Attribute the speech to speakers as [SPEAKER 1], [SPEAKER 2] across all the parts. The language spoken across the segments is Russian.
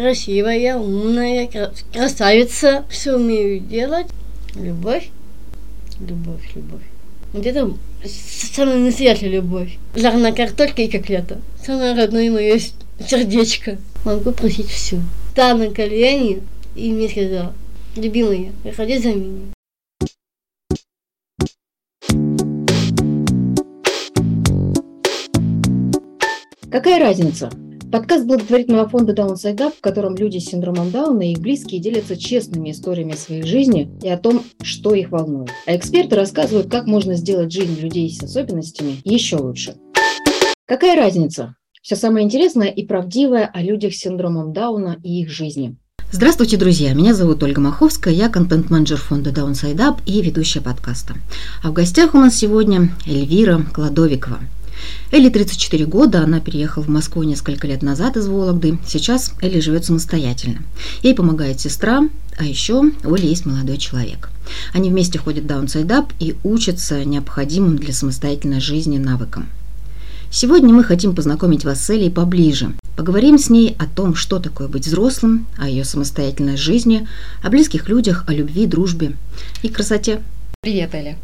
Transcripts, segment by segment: [SPEAKER 1] красивая, умная, кра- красавица. Все умею делать. Любовь. Любовь, любовь. Вот это с- самая настоящая любовь. Жар на картошке и котлета. Самое родное мое с- сердечко. Могу просить все. Да, на колени. И мне сказала, любимая, выходи за меня.
[SPEAKER 2] Какая разница? Подкаст благотворительного фонда Down Side Up, в котором люди с синдромом Дауна и их близкие делятся честными историями своей жизни и о том, что их волнует. А эксперты рассказывают, как можно сделать жизнь людей с особенностями еще лучше. Какая разница? Все самое интересное и правдивое о людях с синдромом Дауна и их жизни. Здравствуйте, друзья! Меня зовут Ольга Маховская, я контент-менеджер фонда Downside Up и ведущая подкаста. А в гостях у нас сегодня Эльвира Кладовикова, Элли 34 года, она переехала в Москву несколько лет назад из Вологды. Сейчас Элли живет самостоятельно. Ей помогает сестра, а еще у Эли есть молодой человек. Они вместе ходят Downside Up и учатся необходимым для самостоятельной жизни навыкам. Сегодня мы хотим познакомить вас с Элей поближе. Поговорим с ней о том, что такое быть взрослым, о ее самостоятельной жизни, о близких людях, о любви, дружбе и красоте.
[SPEAKER 3] Привет, Эля.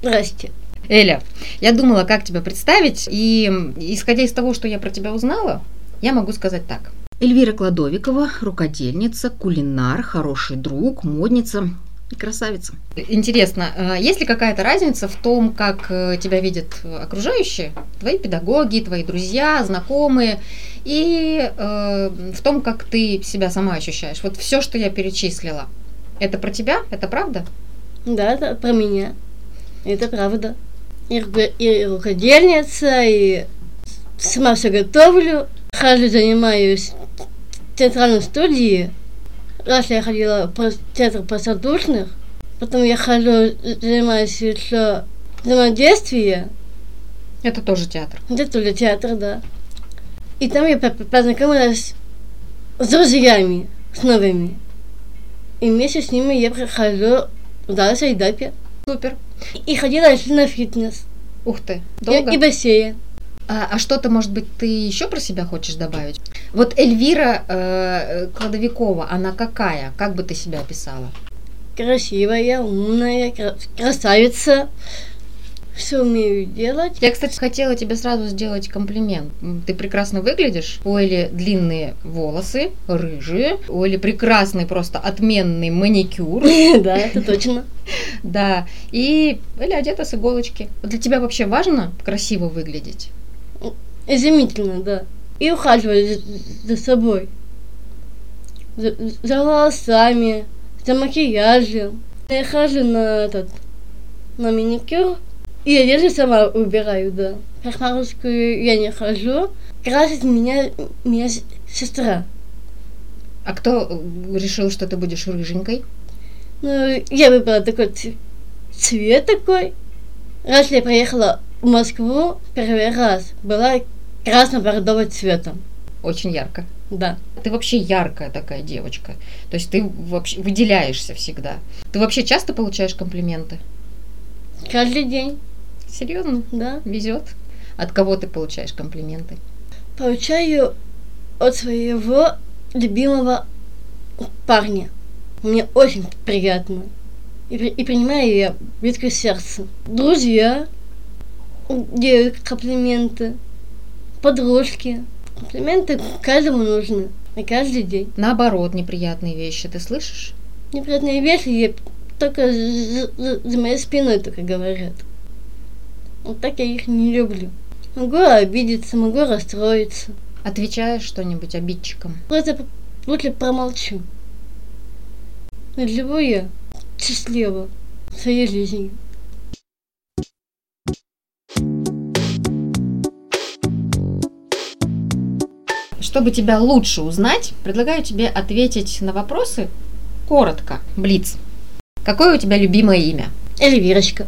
[SPEAKER 1] Здрасте.
[SPEAKER 3] Эля, я думала, как тебя представить, и м, исходя из того, что я про тебя узнала, я могу сказать так.
[SPEAKER 2] Эльвира Кладовикова, рукодельница, кулинар, хороший друг, модница и красавица.
[SPEAKER 3] Интересно, э, есть ли какая-то разница в том, как э, тебя видят э, окружающие, твои педагоги, твои друзья, знакомые, и э, в том, как ты себя сама ощущаешь? Вот все, что я перечислила, это про тебя? Это правда?
[SPEAKER 1] Да, это про меня. Это правда. И, руко- и рукодельница, и сама все готовлю. Хожу, занимаюсь в театральной студии. Раз я ходила в театр простодушных, потом я хожу, занимаюсь еще взаимодействием,
[SPEAKER 3] Это тоже театр.
[SPEAKER 1] где тоже театр, да. И там я по- по- познакомилась с друзьями, с новыми. И вместе с ними я прохожу в Далсе и Дапе.
[SPEAKER 3] Супер.
[SPEAKER 1] И ходила еще на фитнес.
[SPEAKER 3] Ух ты.
[SPEAKER 1] И-
[SPEAKER 3] Долго?
[SPEAKER 1] И, бассейн.
[SPEAKER 3] А, а что-то, может быть, ты еще про себя хочешь добавить? Вот Эльвира э, Кладовикова, она какая? Как бы ты себя описала?
[SPEAKER 1] Красивая, умная, кра- красавица. Все умею делать.
[SPEAKER 3] Я, кстати, хотела тебе сразу сделать комплимент. М, Ты прекрасно выглядишь. У Эли длинные волосы, рыжие. У Эли прекрасный, просто отменный маникюр.
[SPEAKER 1] Да, это точно.
[SPEAKER 3] Да. И Эля одета с иголочки. Вот Для тебя вообще важно красиво выглядеть?
[SPEAKER 1] Изумительно, да. И ухаживать за- за собой. За, за волосами, за макияжем. Я хожу на этот, на маникюр. И одежду сама убираю, да. В Парикмахерскую я не хожу. Красит меня, меня с- сестра.
[SPEAKER 3] А кто э, решил, что ты будешь рыженькой?
[SPEAKER 1] Ну, я выбрала такой ц- цвет такой. Раз я приехала в Москву первый раз, была красно-бордовым цветом.
[SPEAKER 3] Очень ярко.
[SPEAKER 1] Да.
[SPEAKER 3] Ты вообще яркая такая девочка. То есть ты вообще выделяешься всегда. Ты вообще часто получаешь комплименты?
[SPEAKER 1] Каждый день,
[SPEAKER 3] Серьезно?
[SPEAKER 1] да.
[SPEAKER 3] Везет. От кого ты получаешь комплименты?
[SPEAKER 1] Получаю от своего любимого парня. Мне очень приятно. И, при- и принимаю я близко к сердцу. Друзья делают комплименты. Подружки. Комплименты каждому нужны. И каждый день.
[SPEAKER 3] Наоборот, неприятные вещи ты слышишь?
[SPEAKER 1] Неприятные вещи я только за, за- за моей спиной только говорят. Вот так я их не люблю. Могу обидеться, могу расстроиться.
[SPEAKER 3] Отвечаешь что-нибудь обидчикам?
[SPEAKER 1] Просто п- лучше промолчу. Но Живу я счастливо своей жизнью.
[SPEAKER 3] Чтобы тебя лучше узнать, предлагаю тебе ответить на вопросы коротко. Блиц. Какое у тебя любимое имя?
[SPEAKER 1] Эльвирочка,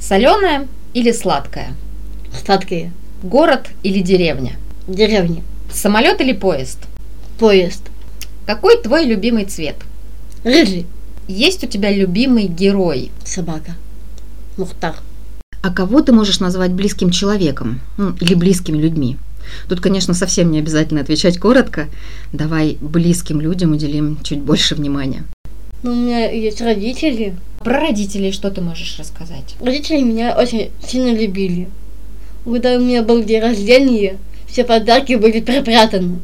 [SPEAKER 3] Соленое или сладкое?
[SPEAKER 1] сладкая,
[SPEAKER 3] Город или деревня?
[SPEAKER 1] деревня,
[SPEAKER 3] Самолет или поезд?
[SPEAKER 1] поезд,
[SPEAKER 3] Какой твой любимый цвет?
[SPEAKER 1] рыжий,
[SPEAKER 3] Есть у тебя любимый герой?
[SPEAKER 1] собака, Мухтар.
[SPEAKER 2] А кого ты можешь назвать близким человеком ну, или близкими людьми?
[SPEAKER 3] Тут, конечно, совсем не обязательно отвечать коротко. Давай близким людям уделим чуть больше внимания.
[SPEAKER 1] Но у меня есть родители.
[SPEAKER 3] Про родителей что ты можешь рассказать?
[SPEAKER 1] Родители меня очень сильно любили. Когда у меня был день рождения, все подарки были припрятаны.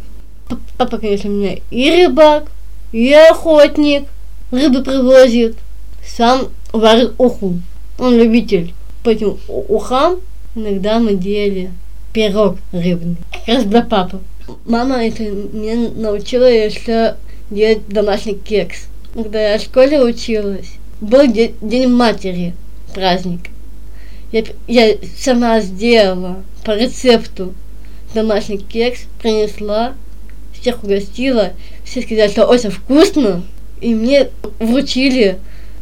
[SPEAKER 1] П- Папа, конечно, у меня и рыбак, и охотник. Рыбы привозит. Сам варит уху. Он любитель. По этим у- ухам иногда мы делали пирог рыбный. Как раз для папы. Мама это меня научила еще делать домашний кекс. Когда я в школе училась, был де- День матери, праздник. Я, п- я сама сделала по рецепту домашний кекс, принесла, всех угостила, все сказали, что очень вкусно, и мне вручили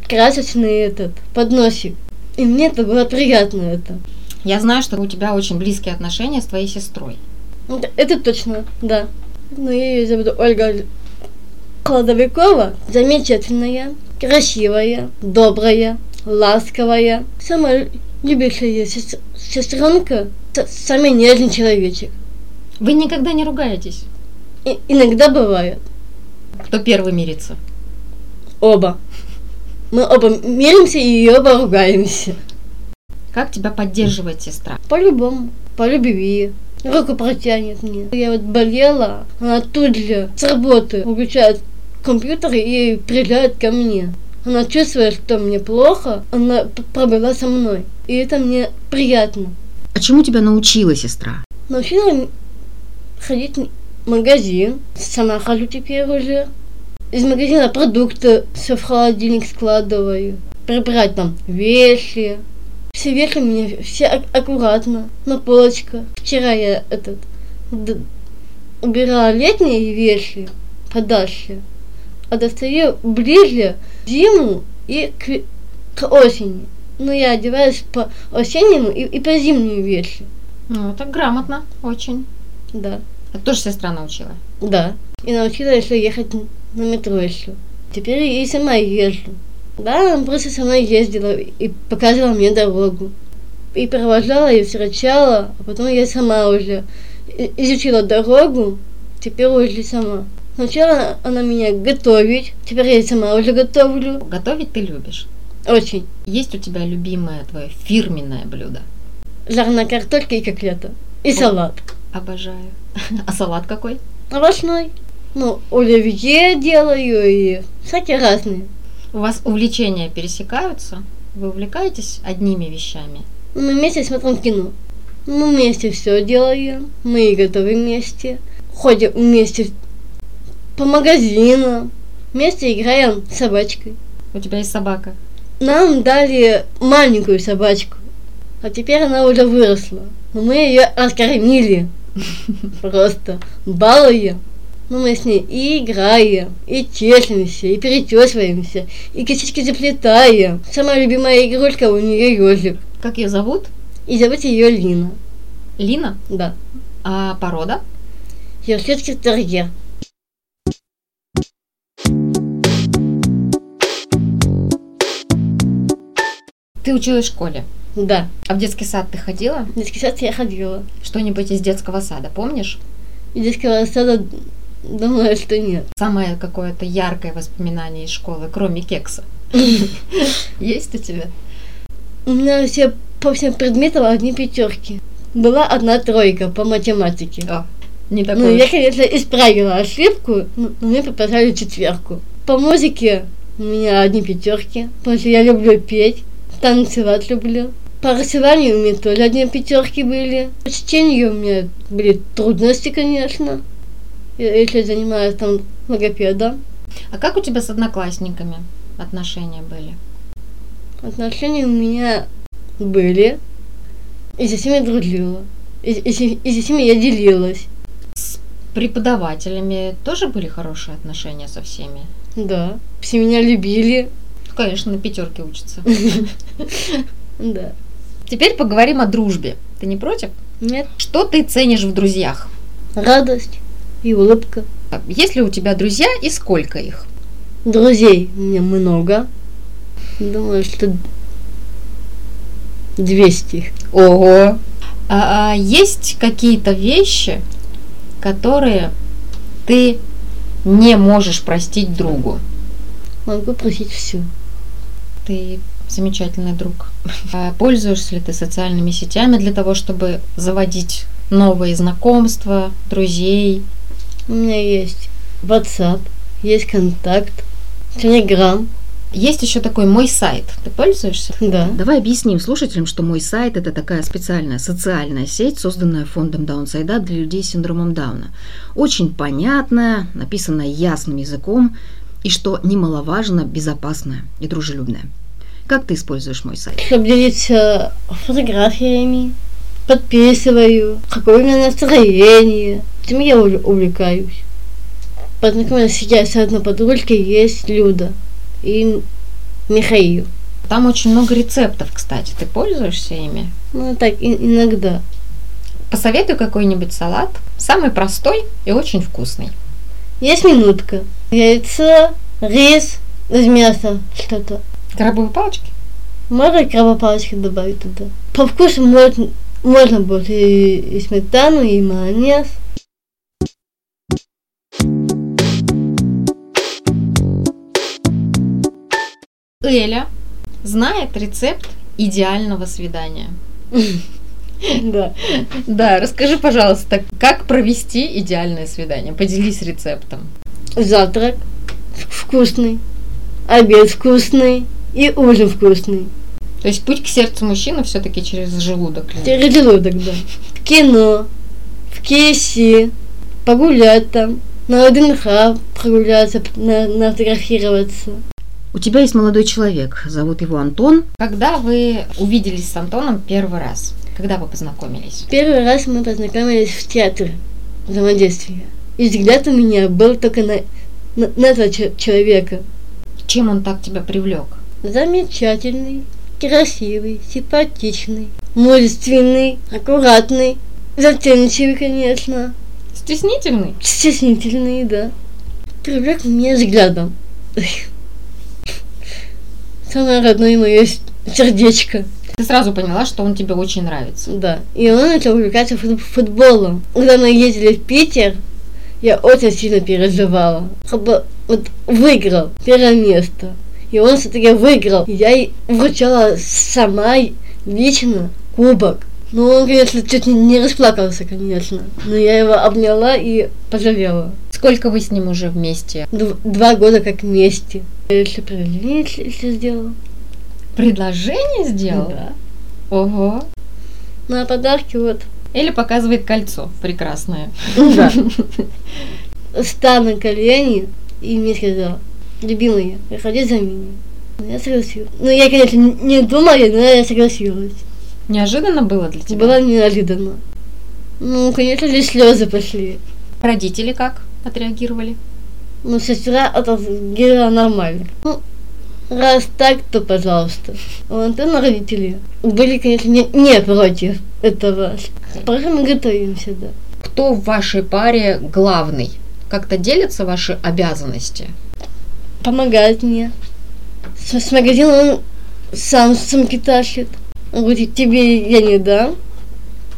[SPEAKER 1] красочный этот подносик. И мне это было приятно это.
[SPEAKER 3] Я знаю, что у тебя очень близкие отношения с твоей сестрой.
[SPEAKER 1] Ну, т- Это точно, да. Но я ее зовут Ольга Л- Кладовикова. Замечательная, красивая, добрая, ласковая. Самая любящая сес- сестренка, с- самый нежный человечек.
[SPEAKER 3] Вы никогда не ругаетесь.
[SPEAKER 1] И- иногда бывает.
[SPEAKER 3] Кто первый мирится?
[SPEAKER 1] Оба. Мы оба миримся и оба ругаемся.
[SPEAKER 3] Как тебя поддерживает сестра?
[SPEAKER 1] По-любому, по любви. Руку протянет мне. Я вот болела, она тут же с работы выключает компьютер и приезжает ко мне. Она чувствует, что мне плохо, она п- пробыла со мной. И это мне приятно.
[SPEAKER 3] А чему тебя научила сестра?
[SPEAKER 1] Научила м- ходить в магазин. Сама хожу теперь уже. Из магазина продукты все в холодильник складываю. Прибрать там вещи. Все вещи у меня все ак- аккуратно, на полочках. Вчера я этот д- убирала летние вещи подальше, а достаю ближе к зиму и к, к осени. Но я одеваюсь по осеннему и, и по зимние вещи.
[SPEAKER 3] Ну, это грамотно, очень.
[SPEAKER 1] Да.
[SPEAKER 3] Это тоже сестра научила.
[SPEAKER 1] Да. И научила еще ехать н- на метро еще. Теперь и сама езжу. Да, она просто со мной ездила и показывала мне дорогу. И провожала, и встречала, а потом я сама уже и- изучила дорогу, теперь уже сама. Сначала она меня готовить, теперь я сама уже готовлю.
[SPEAKER 3] Готовить ты любишь.
[SPEAKER 1] Очень.
[SPEAKER 3] Есть у тебя любимое твое фирменное блюдо?
[SPEAKER 1] Жарная картошка и котлета. И салат.
[SPEAKER 3] Обожаю. А салат какой?
[SPEAKER 1] Овощной. Ну, оливье делаю и всякие разные.
[SPEAKER 3] У вас увлечения пересекаются? Вы увлекаетесь одними вещами?
[SPEAKER 1] Мы вместе смотрим кино. Мы вместе все делаем. Мы и готовим вместе. Ходим вместе по магазинам. Вместе играем с собачкой.
[SPEAKER 3] У тебя есть собака.
[SPEAKER 1] Нам дали маленькую собачку. А теперь она уже выросла. Но мы ее откормили. Просто балуем. Но мы с ней и играем, и чешемся, и перетесываемся, и косички заплетаем. Самая любимая игрушка у нее ежик.
[SPEAKER 3] Как ее зовут?
[SPEAKER 1] И зовут ее Лина.
[SPEAKER 3] Лина.
[SPEAKER 1] Да.
[SPEAKER 3] А порода?
[SPEAKER 1] Йоркетский терьер.
[SPEAKER 3] Ты училась в школе.
[SPEAKER 1] Да,
[SPEAKER 3] А в детский сад ты ходила?
[SPEAKER 1] в детский сад я ходила.
[SPEAKER 3] Что-нибудь из детского сада, помнишь?
[SPEAKER 1] И детского сада думаю, что нет.
[SPEAKER 3] Самое какое-то яркое воспоминание из школы, кроме кекса. Есть у тебя?
[SPEAKER 1] У меня все по всем предметам одни пятерки. Была одна тройка по математике.
[SPEAKER 3] А, Не
[SPEAKER 1] Ну, я,
[SPEAKER 3] такое.
[SPEAKER 1] конечно, исправила ошибку, но но мне показали четверку. По музыке у меня одни пятерки, потому что я люблю петь, танцевать люблю. По рисованию у меня тоже одни пятерки были. По чтению у меня были трудности, конечно. Я- Если занимаюсь там логопедом.
[SPEAKER 3] А как у тебя с одноклассниками отношения были?
[SPEAKER 1] Отношения у меня были. И со всеми дружила. И, и, со- и со всеми я делилась.
[SPEAKER 3] преподавателями тоже были хорошие отношения со всеми?
[SPEAKER 1] Да. Все меня любили.
[SPEAKER 3] Ну, Конечно, на пятерке учатся.
[SPEAKER 1] Да.
[SPEAKER 3] Теперь поговорим о дружбе. Ты не против?
[SPEAKER 1] Нет.
[SPEAKER 3] Что ты ценишь в друзьях?
[SPEAKER 1] радость и улыбка.
[SPEAKER 3] Есть ли у тебя друзья и сколько их?
[SPEAKER 1] Друзей у меня много. Думаю, что 200.
[SPEAKER 3] Ого! А, а есть какие-то вещи, которые ты не можешь простить другу?
[SPEAKER 1] Могу просить все.
[SPEAKER 3] Ты замечательный друг. А Пользуешься ли ты социальными сетями для того, чтобы заводить новые знакомства, друзей?
[SPEAKER 1] У меня есть WhatsApp, есть контакт, Telegram,
[SPEAKER 3] Есть еще такой мой сайт. Ты пользуешься?
[SPEAKER 1] да.
[SPEAKER 2] Давай объясним слушателям, что мой сайт – это такая специальная социальная сеть, созданная фондом Даунсайда для людей с синдромом Дауна. Очень понятная, написанная ясным языком и, что немаловажно, безопасная и дружелюбная. Как ты используешь мой сайт?
[SPEAKER 1] Чтобы делиться фотографиями, подписываю, какое у меня настроение, чем я увл- увлекаюсь. Познакомилась сейчас с одной подружкой, есть Люда и Михаил.
[SPEAKER 3] Там очень много рецептов, кстати. Ты пользуешься ими?
[SPEAKER 1] Ну, так, и- иногда.
[SPEAKER 3] Посоветуй какой-нибудь салат. Самый простой и очень вкусный.
[SPEAKER 1] Есть минутка. Яйцо, рис, из мяса что-то.
[SPEAKER 3] Крабовые палочки?
[SPEAKER 1] Можно крабопалочки добавить туда. По вкусу можно, можно будет и, и сметану, и майонез.
[SPEAKER 3] Эля знает рецепт идеального свидания.
[SPEAKER 1] Да.
[SPEAKER 3] Да, расскажи, пожалуйста, как провести идеальное свидание? Поделись рецептом.
[SPEAKER 1] Завтрак в- вкусный, обед вкусный и ужин вкусный.
[SPEAKER 3] То есть путь к сердцу мужчины все-таки через желудок. лежит.
[SPEAKER 1] Через желудок, да. В кино, в KFC, погулять там, на ОДНХ прогуляться, на, нафотографироваться.
[SPEAKER 2] У тебя есть молодой человек, зовут его Антон.
[SPEAKER 3] Когда вы увиделись с Антоном первый раз? Когда вы познакомились?
[SPEAKER 1] Первый раз мы познакомились в театре взаимодействия. И взгляд у меня был только на, на, на этого че- человека.
[SPEAKER 3] Чем он так тебя привлек?
[SPEAKER 1] Замечательный, красивый, симпатичный, мужественный, аккуратный, застенчивый, конечно,
[SPEAKER 3] Стеснительный?
[SPEAKER 1] стеснительный, да. Привлек меня взглядом. Самое родное мое с- сердечко.
[SPEAKER 3] Ты сразу поняла, что он тебе очень нравится.
[SPEAKER 1] Да, и он начал увлекаться фут- футболом. Когда мы ездили в Питер, я очень сильно переживала. Чтобы вот выиграл первое место. И он все-таки выиграл. И Я и вручала сама лично кубок. Ну, он, конечно, чуть не- не расплакался, конечно. Но я его обняла и пожалела.
[SPEAKER 3] Сколько вы с ним уже вместе?
[SPEAKER 1] Дв- два года как вместе. Я еще предложение, если, если сделала. Ну
[SPEAKER 3] Предложение
[SPEAKER 2] Ну
[SPEAKER 3] сделал?
[SPEAKER 1] Да.
[SPEAKER 3] Ого.
[SPEAKER 1] На подарки вот.
[SPEAKER 3] Эля показывает кольцо прекрасное.
[SPEAKER 1] Да. Встал на колени и мне сказал, любимая, выходи за меня. Ну, я согласилась. Ну, я, конечно, н- не думала, но я согласилась.
[SPEAKER 3] Неожиданно было для тебя?
[SPEAKER 1] Было неожиданно. Ну, конечно, здесь слезы пошли.
[SPEAKER 3] Родители как отреагировали?
[SPEAKER 1] Ну, сестра отреагировала нормально. Ну, раз так, то пожалуйста. У Антона родители были, конечно, не, не против этого. Поэтому готовимся, да.
[SPEAKER 3] Кто в вашей паре главный? Как-то делятся ваши обязанности?
[SPEAKER 1] помогает мне. С, с магазина он сам сумки тащит. Он говорит, тебе я не дам,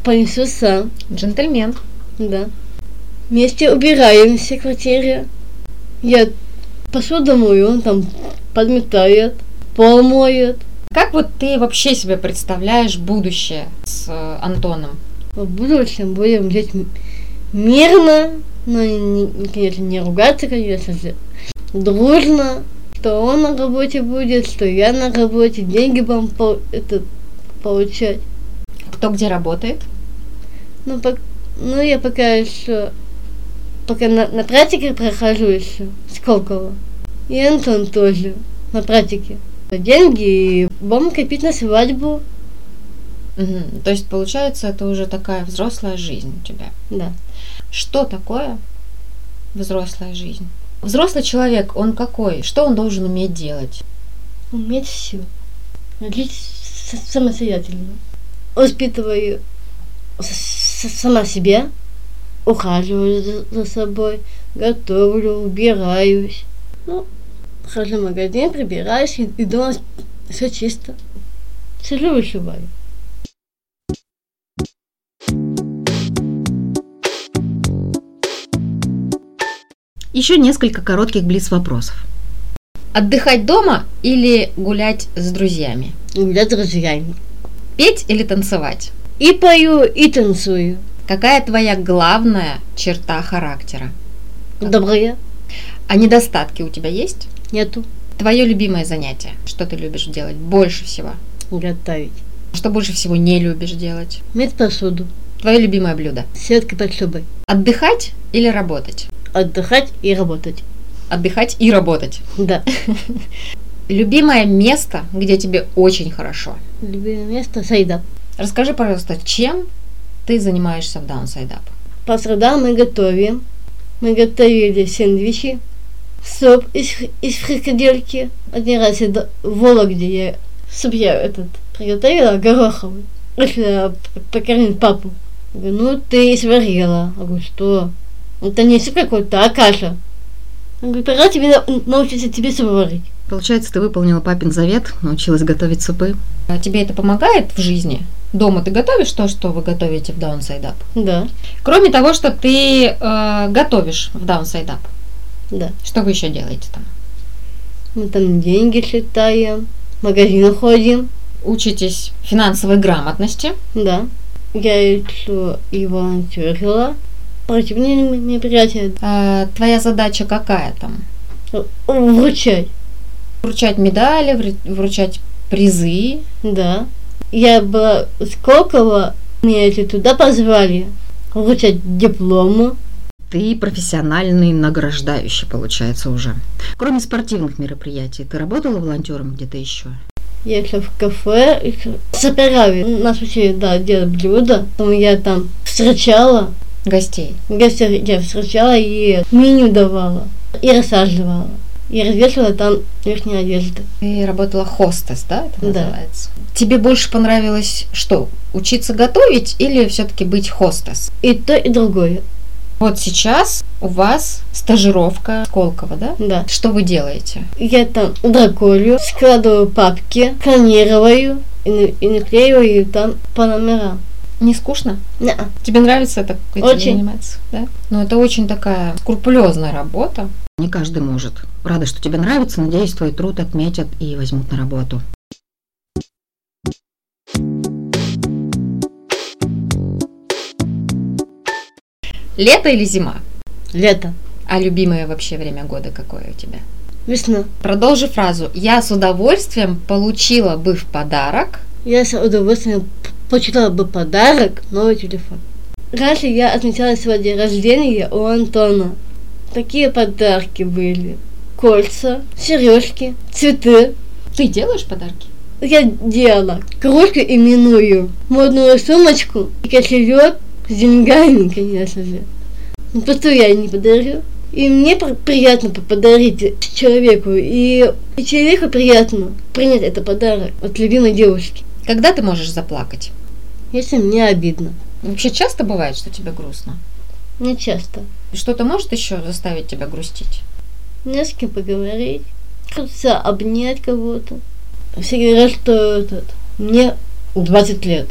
[SPEAKER 1] понесу сам,
[SPEAKER 3] Джентльмен.
[SPEAKER 1] да. Вместе убираемся в квартире. Я посуду мою, он там подметает, пол моет.
[SPEAKER 3] Как вот ты вообще себе представляешь будущее с э, Антоном?
[SPEAKER 1] В будущем будем жить м- мирно, но, не- не- конечно, не ругаться, конечно же, дружно, что он на работе будет, что я на работе, деньги будем по- это, получать.
[SPEAKER 3] Кто где работает?
[SPEAKER 1] Ну, пок- ну, я пока еще, пока на, на практике прохожу еще, Сколково. И Антон тоже на практике. Деньги и будем копить на свадьбу,
[SPEAKER 3] Мгм. То есть получается это уже такая взрослая жизнь у тебя.
[SPEAKER 1] да.
[SPEAKER 3] Что такое взрослая жизнь? Взрослый человек, он какой? Что он должен уметь делать?
[SPEAKER 1] Уметь все. Жить с- самостоятельно. Воспитываю с- с- сама себя, ухаживаю за, за собой, готовлю, убираюсь. Ну, хожу в магазин, прибираюсь и, и дома все чисто. Сижу вышиваю.
[SPEAKER 3] Еще несколько коротких близ вопросов. Отдыхать дома или гулять с друзьями?
[SPEAKER 1] Для друзьями.
[SPEAKER 3] Петь или танцевать?
[SPEAKER 1] И пою, и танцую.
[SPEAKER 3] Какая твоя главная черта характера?
[SPEAKER 1] Доброе.
[SPEAKER 3] А недостатки у тебя есть?
[SPEAKER 1] Нету.
[SPEAKER 3] Твое любимое занятие? Что ты любишь делать больше всего?
[SPEAKER 1] Готовить.
[SPEAKER 3] Что больше всего не любишь делать?
[SPEAKER 1] Мыть посуду.
[SPEAKER 3] Твое любимое блюдо?
[SPEAKER 1] Сетки под шубой.
[SPEAKER 3] Отдыхать или работать?
[SPEAKER 1] Отдыхать и работать.
[SPEAKER 3] Отдыхать и работать.
[SPEAKER 1] Да.
[SPEAKER 3] Любимое место, где тебе очень хорошо.
[SPEAKER 1] Любимое место сайдап.
[SPEAKER 3] Расскажи, пожалуйста, чем ты занимаешься в Downside Up?
[SPEAKER 1] По средам мы готовим. Мы готовили сэндвичи, суп из, из фрикадельки. Один раз я до- в Вологде я суп я этот приготовила гороховый. Решила п- покормить папу. Говорю, ну ты и сварила. Я говорю, что? Это не суп какой-то, а каша. Я говорю, пора тебе на- научиться тебе суп варить.
[SPEAKER 4] Получается, ты выполнила папин завет, научилась готовить супы.
[SPEAKER 3] А тебе это помогает в жизни? Дома ты готовишь то, что вы готовите в Downside Up?
[SPEAKER 1] Да,
[SPEAKER 3] Кроме того, что ты э, готовишь в Downside Up,
[SPEAKER 1] да.
[SPEAKER 3] что вы еще делаете там?
[SPEAKER 1] Мы там деньги считаем, в магазин ходим.
[SPEAKER 3] Учитесь финансовой грамотности.
[SPEAKER 1] Да. Я еще Ивана Чурхила. Против меня мероприятие
[SPEAKER 3] Э, твоя задача какая там?
[SPEAKER 1] вручать.
[SPEAKER 3] Вручать медали, вру- вручать призы.
[SPEAKER 1] Да. Я была с Кокова, меня эти туда позвали вручать дипломы.
[SPEAKER 4] Ты профессиональный награждающий, получается, уже. Кроме спортивных мероприятий, ты работала волонтером где-то еще?
[SPEAKER 1] Я еще в кафе, еще собирали. Нас учили, да, делать блюда. Потом я там встречала,
[SPEAKER 3] Гостей.
[SPEAKER 1] гостей я встречала и меню давала. И рассаживала. И развешивала там верхнюю одежду.
[SPEAKER 3] Ты работала хостес, да, это
[SPEAKER 1] Да.
[SPEAKER 3] называется? Тебе больше понравилось что? Учиться готовить или все-таки быть хостес?
[SPEAKER 1] И то, и другое.
[SPEAKER 3] Вот сейчас у вас стажировка в Колково, да?
[SPEAKER 1] Да.
[SPEAKER 3] Что вы делаете?
[SPEAKER 1] Я там драколю, складываю папки, сканирую и, на- и наклеиваю там по номерам.
[SPEAKER 3] Не скучно?
[SPEAKER 1] Неа.
[SPEAKER 3] Тебе нравится это этим
[SPEAKER 1] Очень.
[SPEAKER 3] заниматься, да? Но это очень такая скрупулезная работа.
[SPEAKER 4] Не каждый может. Рада, что тебе нравится. Надеюсь, твой труд отметят и возьмут на работу.
[SPEAKER 3] Лето или зима?
[SPEAKER 1] Лето.
[SPEAKER 3] А любимое вообще время года какое у тебя?
[SPEAKER 1] Весна.
[SPEAKER 3] Продолжи фразу. Я с удовольствием получила бы в подарок.
[SPEAKER 1] Я с удовольствием п- почитала бы подарок новый телефон. Раньше я отмечала свой день рождения у Антона. Такие подарки были. Кольца, сережки, цветы.
[SPEAKER 3] Ты делаешь подарки?
[SPEAKER 1] Я делала кружку именную, модную сумочку и кошелек с деньгами, конечно же. Ну, пустую я не подарю. И мне пр- приятно п- подарить человеку, и, и человеку приятно принять это подарок от любимой девушки,
[SPEAKER 3] Когда ты можешь заплакать?
[SPEAKER 1] если мне обидно.
[SPEAKER 3] Вообще часто бывает, что тебе грустно?
[SPEAKER 1] Не часто.
[SPEAKER 3] Что-то может еще заставить тебя грустить?
[SPEAKER 1] Не с кем поговорить, хочется обнять кого-то. Все говорят, что этот, мне 20 лет.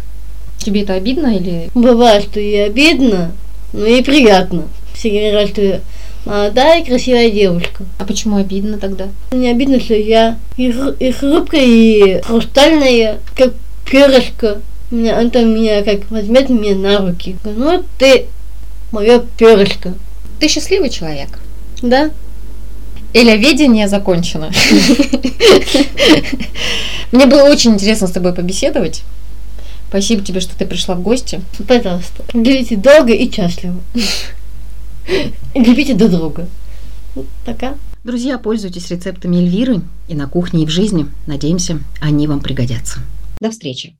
[SPEAKER 3] Тебе это обидно или...
[SPEAKER 1] Бывает, что и обидно, но и приятно. Все говорят, что я молодая и красивая девушка.
[SPEAKER 3] А почему обидно тогда?
[SPEAKER 1] Мне обидно, что я и, хру- и хрупкая, и хрустальная, как перышко. Меня, Антон меня как возьмет меня на руки. Ну ты мое перышко.
[SPEAKER 3] Ты счастливый человек.
[SPEAKER 1] Да?
[SPEAKER 3] Эля, ведение закончено. Мне было очень интересно с тобой побеседовать. Спасибо тебе, что ты пришла в гости.
[SPEAKER 1] Ну, Пожалуйста. Любите долго и счастливо. И Любите друг друга. Ну, Пока.
[SPEAKER 4] Друзья, пользуйтесь рецептами Эльвиры и на кухне, и в жизни. Надеемся, они вам пригодятся.
[SPEAKER 2] До встречи.